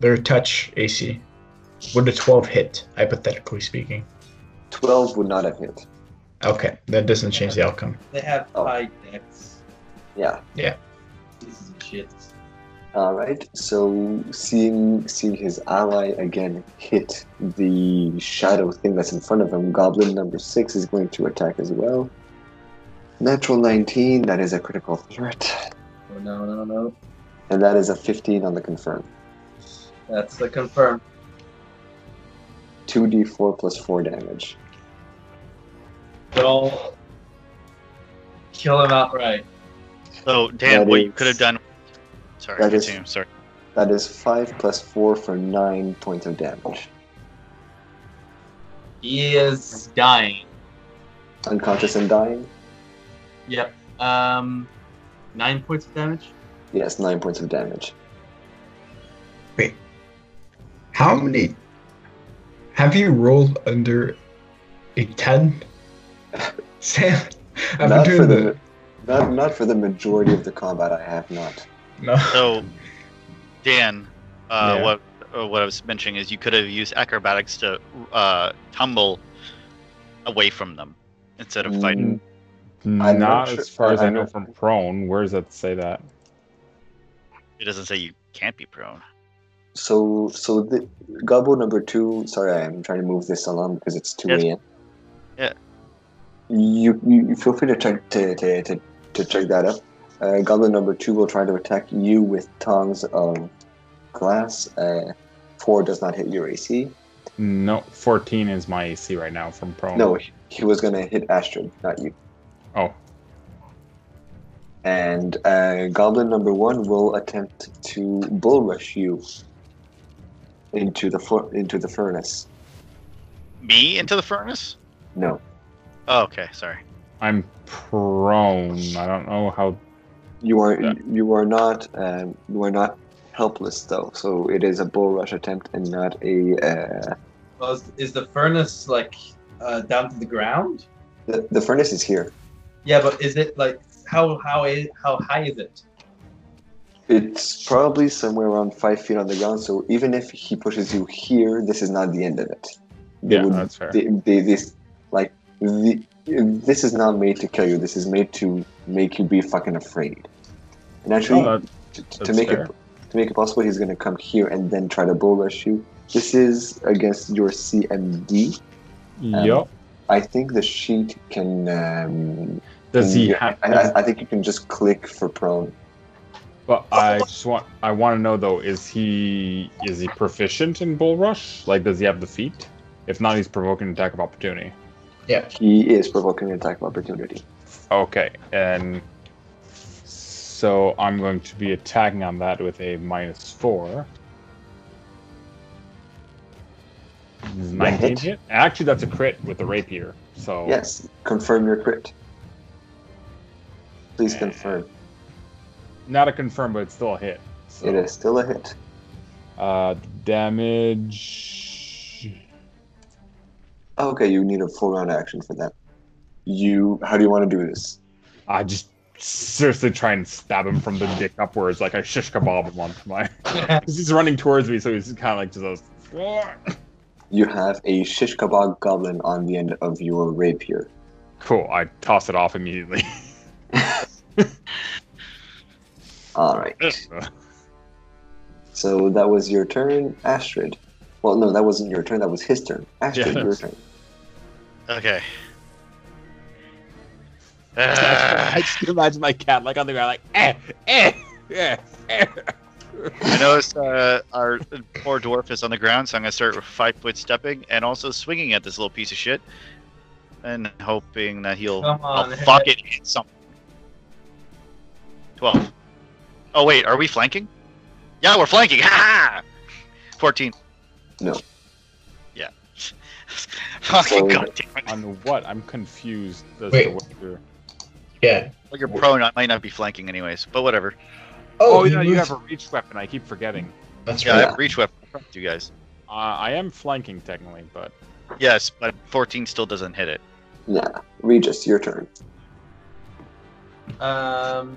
Their touch AC. Would a 12 hit, hypothetically speaking? 12 would not have hit. Okay, that doesn't change the outcome. They have Oh. high decks. Yeah. This is shit. All right. So seeing seeing his ally again hit the shadow thing that's in front of him, Goblin number six is going to attack as well. Natural 19, that is a critical threat. Oh no, no, no. And that is a 15 on the confirm. That's the confirm. 2d4 plus 4 damage. Don't kill him outright. So Dan, That what you is- could have done. Sorry, that is- continue. Sorry. That is 5 plus 4 for 9 points of damage. He is dying. Unconscious and dying? Yep. Um, nine points of damage. Yes, 9 points of damage. How many? Have you rolled under a 10? Sam? I've been Not for doing the. the, not, not for the majority of the combat, I have not. No. So Dan, uh, Yeah. what uh, what I was mentioning is you could have used acrobatics to uh, tumble away from them instead of fighting. Mm, Not, I'm not sure- as far as i I'm know not- from prone. Where does that say that? It doesn't say you can't be prone. So, so the Gabo number two. Sorry, I'm trying to move this along because it's two Yes. a.m. Yeah. You, you you feel free to check to to, to, to check that up. Uh, Goblin number two will try to attack you with tongs of glass. Uh, four does not hit your AC. No, 14 is my AC right now from prone. Oh. No, he- he was gonna hit Astrid, not you. Oh, And uh, Goblin number one will attempt to bull rush you into the fu- into the furnace. Me into the furnace? No. Oh, okay, sorry. I'm prone. I don't know how. You are Yeah. you are not um, you are not helpless though. So it is a bull rush attempt and not a uh, Oh, is, is the furnace like uh, down to the ground? the, the furnace is here. Yeah, but is it like how how is how high is it? It's probably somewhere around five feet on the ground. So even if he pushes you here, this is not the end of it. They Yeah, would- that's fair. They, they, this like the, this is not made to kill you. This is made to make you be fucking afraid. And actually, Oh, that- to, to that's make fair. it to make it possible, he's gonna come here and then try to bull rush you. This is against your CMD. Yup. I think the sheet can. Um, Does he yeah, have? I, I- I think you can just click for prone. But I just want I want to know though is he is he proficient in bull rush? Like does he have the feet? If not, he's provoking an attack of opportunity. He is provoking an attack of opportunity. Okay, and so I'm going to be attacking on that with a minus four. Is Nineteen hit. hit? Actually, that's a crit with the rapier. So Yes, confirm your crit. Please confirm. Not a confirm, but it's still a hit. So, It is still a hit. Uh, damage. Okay, you need a full round action for that. You, how do you want to do this? I just seriously try and stab him from the dick upwards, like I shish kebab him onto my. Because he's running towards me, so he's kind of like just. those- You have a shish kebab goblin on the end of your rapier. Cool. I toss it off immediately. All right. So that was your turn, Astrid. Well, no, that wasn't your turn. That was his turn. Astrid, Yeah. your turn. Okay. Uh, I just can imagine my cat like on the ground, like eh, eh, eh, eh. I noticed uh, our poor dwarf is on the ground, so I'm gonna start with five foot stepping and also swinging at this little piece of shit, and hoping that he'll Come on, I'll hit. fucking hit something. Twelve. Oh wait, are we flanking? Yeah, we're flanking. Ha! Fourteen. No. Yeah. fucking So- goddamn it. On what? I'm confused. As Wait. To what you're... Yeah. Well, you're prone. I might not be flanking anyways, but whatever. Oh, he yeah, you moved- have a reach weapon. I keep forgetting. That's Yeah, right. I have reach weapon. Fuck You guys. Uh, I am flanking technically, but Yes, but fourteen still doesn't hit it. Yeah, Regis, your turn. Um,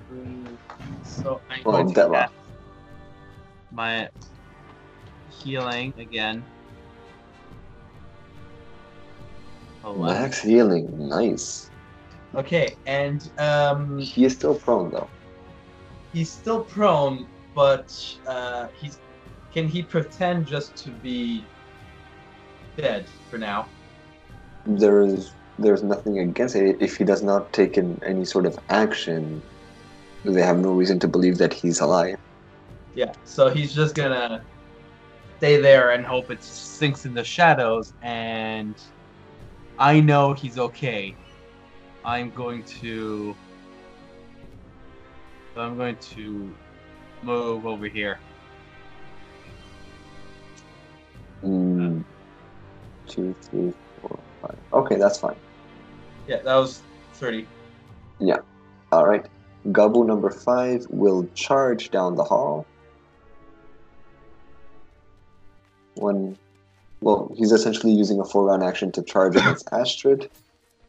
so I'm Well, going to Della. cast my healing again. Oh, wow. Max healing, nice. Okay, and um, He is still prone though. he's still prone, but uh, he's can he pretend just to be dead for now? There is there's nothing against it. If he does not take in any sort of action, they have no reason to believe that he's alive. Yeah, so he's just gonna stay there and hope it sinks in the shadows. And I know he's okay. I'm going to. I'm going to move over here. Hmm. Two, three, four, five. Okay, that's fine. Yeah, that was 30. All right. Gobble number five will charge down the hall. One. Well, he's essentially using a full round action to charge against Astrid. Okay,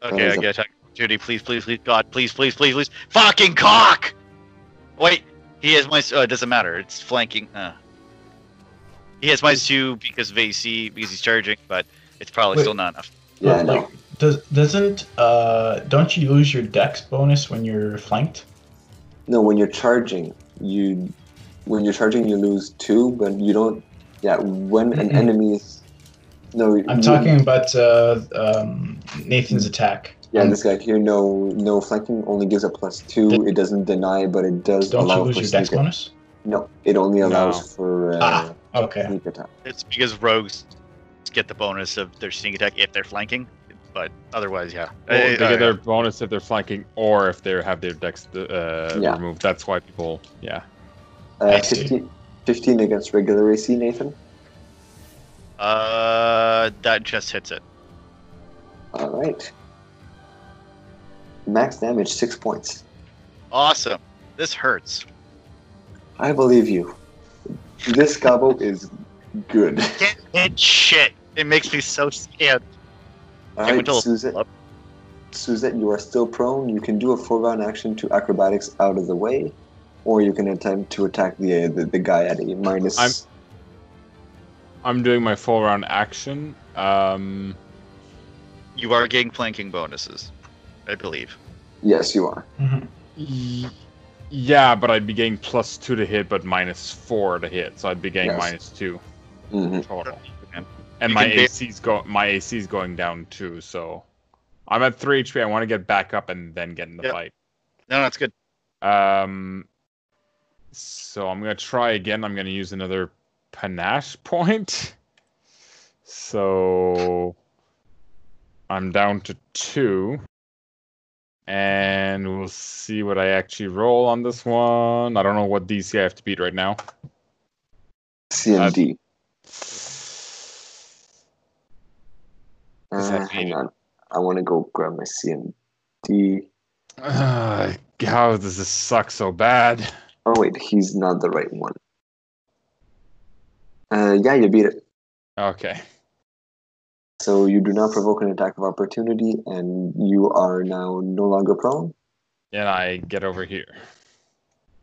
I Amazing. get attack. Judy, please, please, please, God, please, please, please, please, fucking cock! Wait, he has my. Uh, it doesn't matter. It's flanking. Uh. He has my two because of AC because he's charging, but it's probably Wait. still not enough. Yeah, no. Like, does doesn't uh don't you lose your dex bonus when you're flanked? No, when you're charging, you when you're charging you lose two, but you don't. Yeah, when an Mhm. enemy is no. I'm you- talking about uh, um, Nathan's attack. Yeah, this guy here. No, no flanking only gives a plus two. It doesn't deny, but it does Don't allow you lose for your dex sneak. attack. bonus? No, it only allows for uh, Ah, Okay. sneak attack. It's because rogues get the bonus of their sneak attack if they're flanking, but otherwise, yeah. Well, Uh, they get uh, their bonus if they're flanking or if they have their dex uh, Yeah. removed. That's why people, yeah. Uh, I see. 15, 15 against regular AC, Nathan. Uh, that just hits it. All right. Max damage six points. Awesome. This hurts. I believe you. This gobble is good. Get hit shit. It makes me so scared. All Hey, right, Matilda. Suzette. Suzette, you are still prone. You can do a full round action to acrobatics out of the way, or you can attempt to attack the uh, the, the guy at a minus. I'm- I'm doing my full round action. Um, You are getting flanking bonuses, I believe. Yes, you are. Mhm. y- yeah, but I'd be getting plus two to hit, but minus four to hit, so I'd be getting Yes. minus two hmm total. Okay. And Mm-hmm. You my can ba- AC's go my AC's going down too, so I'm at three HP. I want to get back up and then get in the Yep. fight. No, that's good. Um, so I'm gonna try again. I'm gonna use another panache point. So I'm down to two, and we'll see what I actually roll on this one. I don't know what DC I have to beat right now. CMD. Uh, that Uh, hang on. I want to go grab my CMD. Uh, how does this suck so bad? Oh wait, he's not the right one. Uh, yeah, you beat it. Okay. So you do not provoke an attack of opportunity, and you are now no longer prone. And I get over here.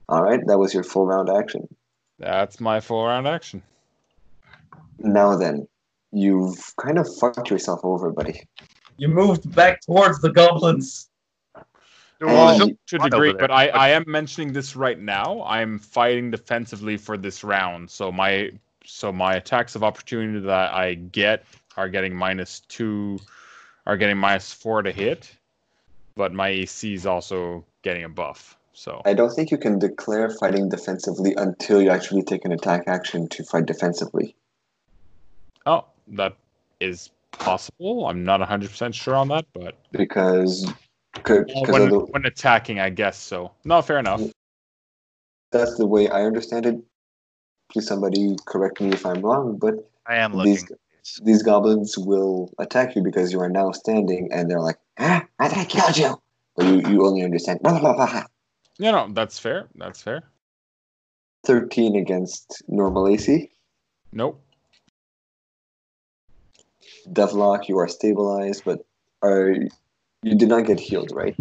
All right, that was your full round action. That's my full round action. Now then, you've kind of fucked yourself over, buddy. You moved back towards the goblins. Well, There's you a To a lot degree, over there. but I, I am mentioning this right now. I'm fighting defensively for this round, so my so my attacks of opportunity that I get are getting minus two, are getting minus four to hit, but my AC is also getting a buff. So I don't think you can declare fighting defensively until you actually take an attack action to fight defensively. oh, that is possible. I'm not 100 percent sure on that, but Because, because Well, when, when attacking, I guess so. No, fair enough. that's the way I understand it. Please, somebody correct me if I'm wrong, but I am looking. these these goblins will attack you because you are now standing, and they're like, "Ah, I thought I killed you," but you, you only understand. Blah, blah, blah, blah. No, no, that's fair. That's fair. Thirteen against normal AC. Nope. Devlock, you are stabilized, but are you did not get healed, right?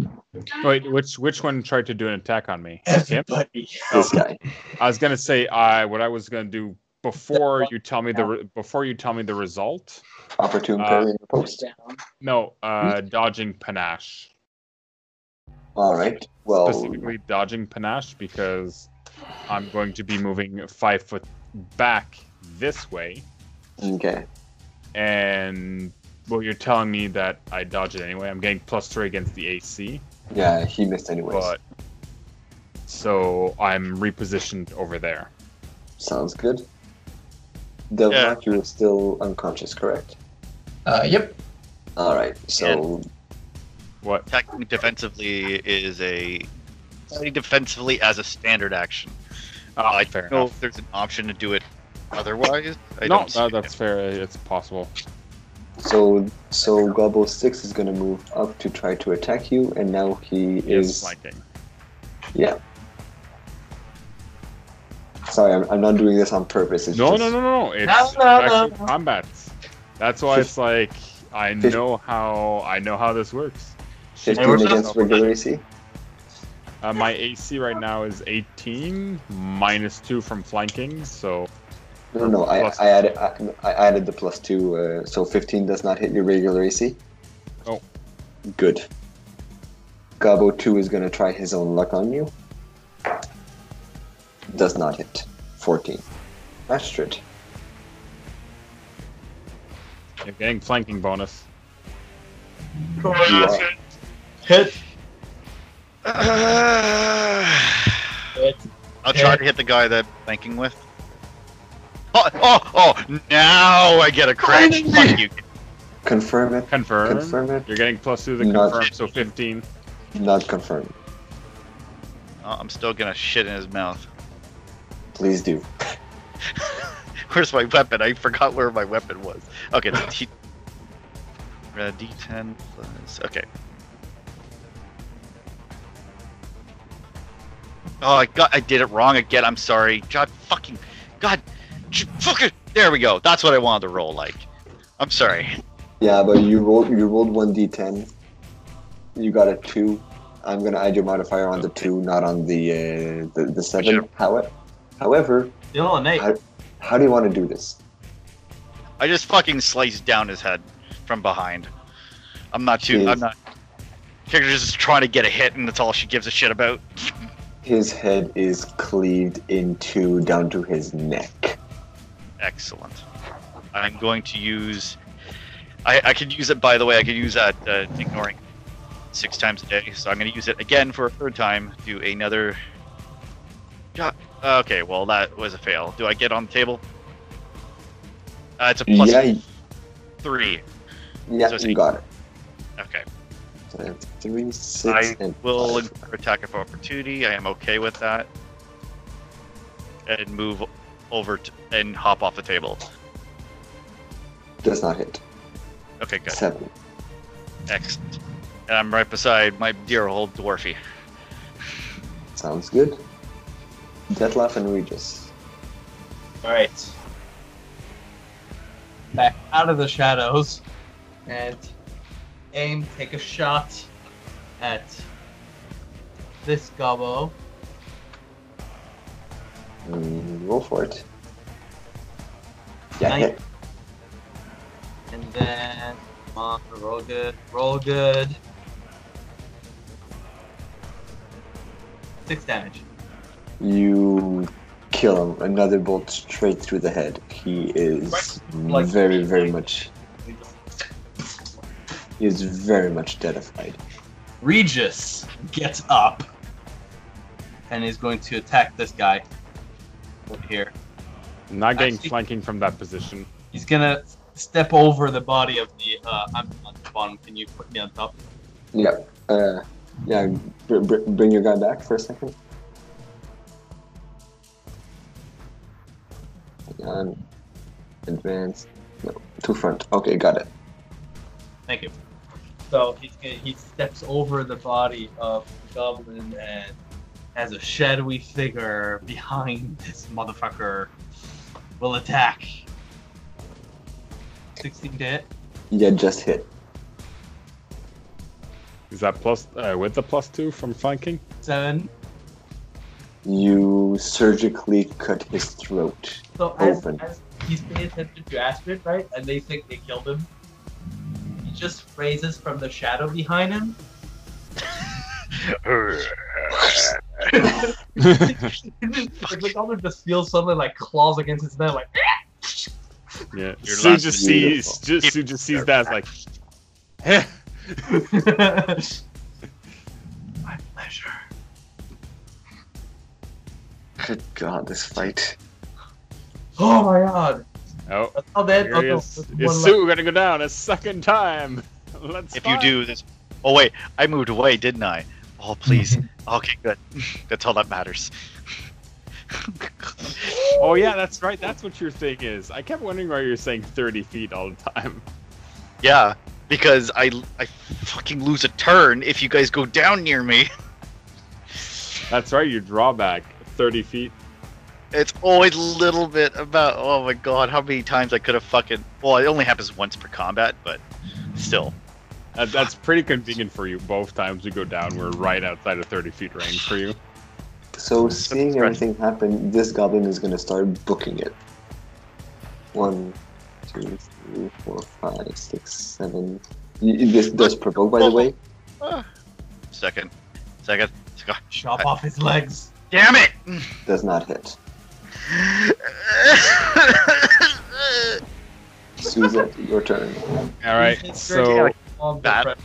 Wait, which which one tried to do an attack on me? Him? Everybody. This guy. I was gonna say I what I was gonna do before you tell me the re- before you tell me the result. Opportune Uh, parry in the post. No, uh, dodging panache All right. Well, specifically dodging panache because I'm going to be moving five foot back this way, okay. and well, you're telling me that I dodge it anyway. I'm getting plus three against the AC, Yeah, he missed anyways. but so I'm repositioned over there. Sounds good. Devlock, you were still unconscious, correct? Uh, yep. All right. So What? attacking defensively is a fighting defensively as a standard action. Oh, Ah, I fair don't know enough. if there's an option to do it otherwise. I no, don't see that, it. that's fair. It's possible. So, so Gobble Six is gonna move up to try to attack you, and now he It's is. flanking. Yeah. Sorry, I'm, I'm not doing this on purpose. It's No, just no, no, no, no. It's, No, it's no, no, actual no. combat. That's why it's like I Fif- know how I know how this works. Hey, we're Fifteen not- against regular AC. Uh, my AC right now is 18 minus two from flanking, so No, no, I, Plus- I added, I, I added the plus two, uh, so fifteen does not hit your regular AC. Oh. Good. Gobble Two is gonna try his own luck on you. Does not hit. Fourteen. Astrid. you're getting flanking bonus. are. Hit. Hit. I'll try to hit the guy that I'm banking with. Oh, oh, oh! Now I get a crit. Fuck you. Confirm it. Confirm. Confirm it. You're getting plus two to Not- confirm, so 15. Not confirmed. Oh, I'm still gonna shit in his mouth. Please do. Where's my weapon? I forgot where my weapon was. Okay, the D- uh, D10 plus. Okay. Oh, I got. I did it wrong again. I'm sorry. God fucking. God. j- Fucking. There we go. That's what I wanted to roll like. I'm sorry. Yeah, but you rolled you rolled one d10. You got a two. I'm gonna add your modifier on the two, not on the uh, the, the seven. Sure. However, however, Still an eight. I- how do you want to do this? I just fucking sliced down his head from behind. I'm not too. I'm Jeez. not. Character's just trying to get a hit, and that's all she gives a shit about. His head is cleaved in two down to his neck. Excellent. I'm going to use. I, I could use it, by the way, I could use that uh, ignoring six times a day, so I'm going to use it again for a third time. Do another. God. Okay, well, that was a fail. Do I get on the table? Uh, it's a plus yeah, y- three. yeah, so it's you eight. got it. Okay. So that's three, six, I and will five. incur attack of opportunity. I am okay with that. And move over t and hop off the table. does not hit. Okay, good. Seven. Excellent. and I'm right beside my dear old dwarfy. Sounds good. Detlef and Regis. Alright. Back out of the shadows and aim, take a shot at this gobbo. Mm, roll for it. Yeah, Nine. hit. And then, come on, roll good, roll good. Six damage. You kill him. Another bolt straight through the head. He is Like- very, very much. He is very much deadified. Regis gets up and is going to attack this guy over here. Not getting Actually- flanking from that position. He's gonna step over the body of the. Uh, I'm on the bottom. Can you put me on top? Yep. Uh, yeah. Br- br- bring your guy back for a second. Um, advance. No, to front. Okay, got it. Thank you. So he's gonna, he steps over the body of the goblin and has a shadowy figure behind this motherfucker. Will attack. 16 to hit. Yeah, just hit. Is that plus uh, with the plus two from flanking? Seven. You surgically cut his throat. So as, Open. as he's paying attention to Astrid, right, and they think they killed him, he just raises from the shadow behind him. like, like Alder just feels something like claws against his neck, like Yeah. Your Sue last- just sees Beautiful. just, Sue just sees that as like "Heh." my pleasure. Good God, this fight. Oh my god. Oh, Oh, then, here oh, he no. is. One Is left. Sue gonna go down a second time? Let's If you find- do this, oh wait, I moved away, didn't I? Oh please. okay, good. That's all that matters. Oh yeah, that's right. That's what your thing is. I kept wondering why you're saying 30 feet all the time. yeah, because I I fucking lose a turn if you guys go down near me. That's right. Your drawback 30 feet. It's always a little bit about oh my god, how many times I could have fucking well, it only happens once per combat, but still. That, that's pretty convenient for you. Both times we go down, we're right outside of 30 feet range for you. So, seeing everything happen, this goblin is gonna start booking it. One, two, three, four, five, six, seven. Y- y- This does provoke, by the way. Ah, Second. Second. second. Chop off his legs. Damn it! Does not hit. Suzette, your turn. All right. It's very So All the That- press-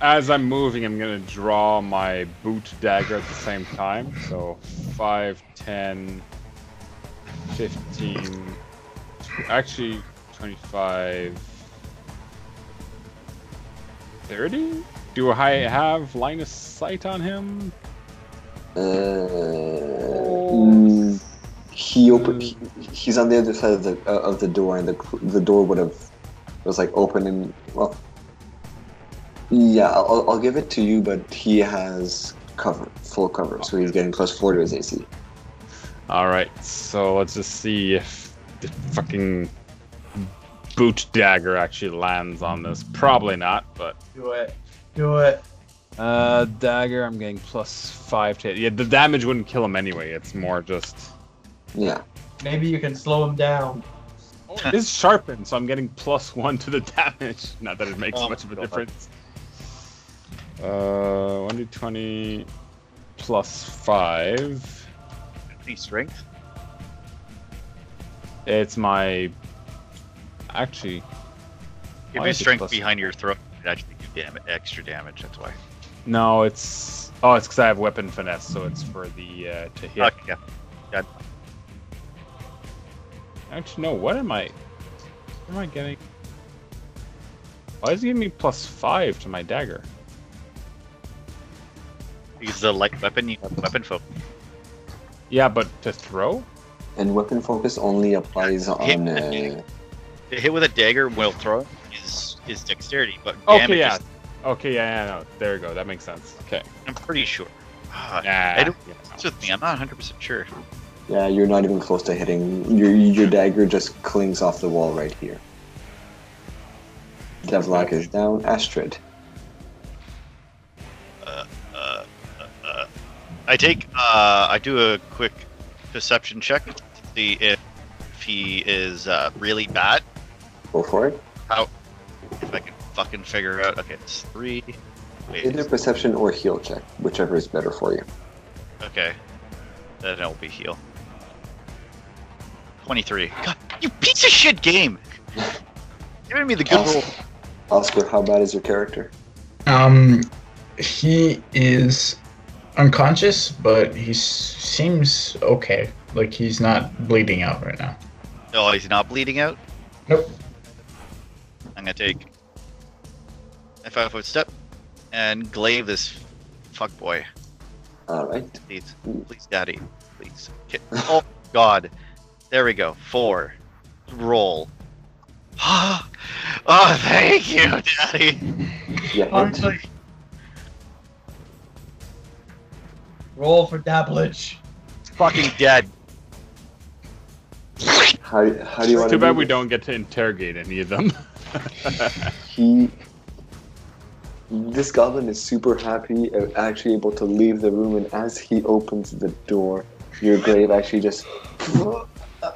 as I'm moving, I'm gonna draw my boot dagger at the same time. So 5, 10, 15, actually 25, 30? Do I have line of sight on him? Uh, mm, he opened. He, he's on the other side of the uh, of the door, and the cl- the door would have was like open and well. Yeah, I'll, I'll- I'll give it to you, but he has cover, full cover, so he's getting plus four to his AC. All right, so let's just see if the fucking boot dagger actually lands on this. Probably not, but Do it. Do it. uh, dagger. I'm getting plus five to hit. Yeah, the damage wouldn't kill him anyway. It's more just Yeah, Maybe you can slow him down. it's sharpened, so I'm getting plus one to the damage. Not that it makes Oh, much of a God. difference. Uh, one d twenty plus five. Any strength? It's my actually. If Why you is it strength plus- behind your throat, it actually give damage, extra damage. That's why. No, it's oh, it's because I have weapon finesse, so it's for the uh, to hit. Okay, yeah. Actually, no. What am I? What am I getting? Why is he giving me plus five to my dagger? Because the light weapon, you have weapon focus. Yeah, but to throw? and weapon focus only applies on. Uh, To hit with a dagger while throwing is is dexterity, but Okay, damage yeah. is Okay, yeah, yeah, no. There you go. That makes sense. Okay. I'm pretty sure. Ah, Yeah. I don't- yeah, no. it's with me. I'm not 100% sure. Yeah, you're not even close to hitting. Your your dagger just clings off the wall right here. Devlock is down. Astrid. Uh, uh, uh, I take. Uh, I do a quick perception check to see if, if he is uh, really bad. Go for it. If I can fucking figure out. Okay, it's three. Wait, Either perception or heal check, whichever is better for you. okay. Then it'll be heal. 23. God, you piece of shit game! Giving me the good roll. Oscar, how bad is your character? Um, he is unconscious, but he s- seems okay. Like he's not bleeding out right now. No, Oh, he's not bleeding out. Nope. I'm gonna take a five foot step and glaive this fuck boy. All right. Please, please, daddy, please. Ki- Oh God, there we go. Four, roll. oh, thank you, daddy. Yeah. hit. Roll for dabblage. Fucking dead. How, how do you want Too to? bad we don't get to interrogate any of them. He. This goblin is super happy and actually able to leave the room, and as he opens the door, your glaive actually just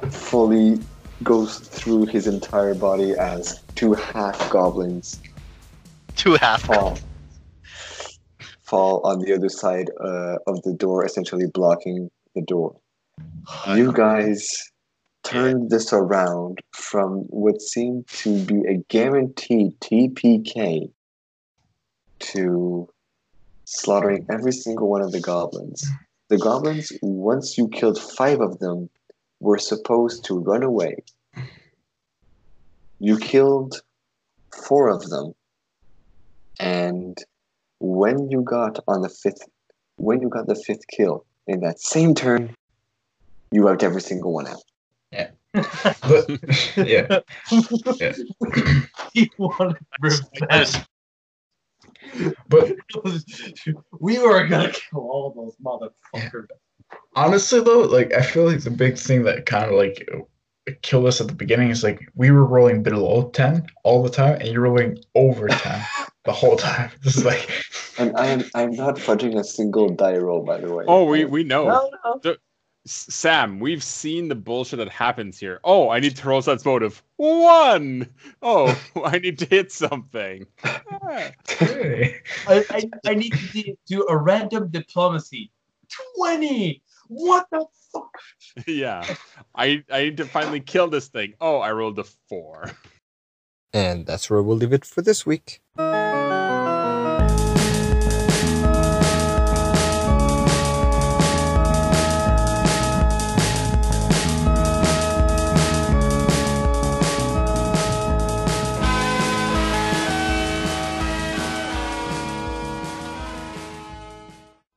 fully goes through his entire body as two half goblins Two half. fall fall on the other side uh, of the door, essentially blocking the door. You guys turned this around from what seemed to be a guaranteed TPK to slaughtering every single one of the goblins. The goblins, once you killed five of them, were supposed to run away. You killed four of them and when you got on the fifth when you got the fifth kill in that same turn you wiped every single one out But yeah, He wanted revenge. but we were gonna kill all those motherfuckers. honestly though, like I feel like the big thing that kind of like killed us at the beginning is like we were rolling below ten all the time, and you're rolling over ten the whole time. This is like and i am i'm not fudging a single die roll by the way oh, we we know. no. S- Sam, we've seen the bullshit that happens here. Oh, I need to roll sense motive. One. Oh, I need to hit something. Ah. hey. I, I, I need to do- do a random diplomacy. 20! What the fuck? yeah. I I need to finally kill this thing. Oh, I rolled a four. And that's where we'll leave it for this week.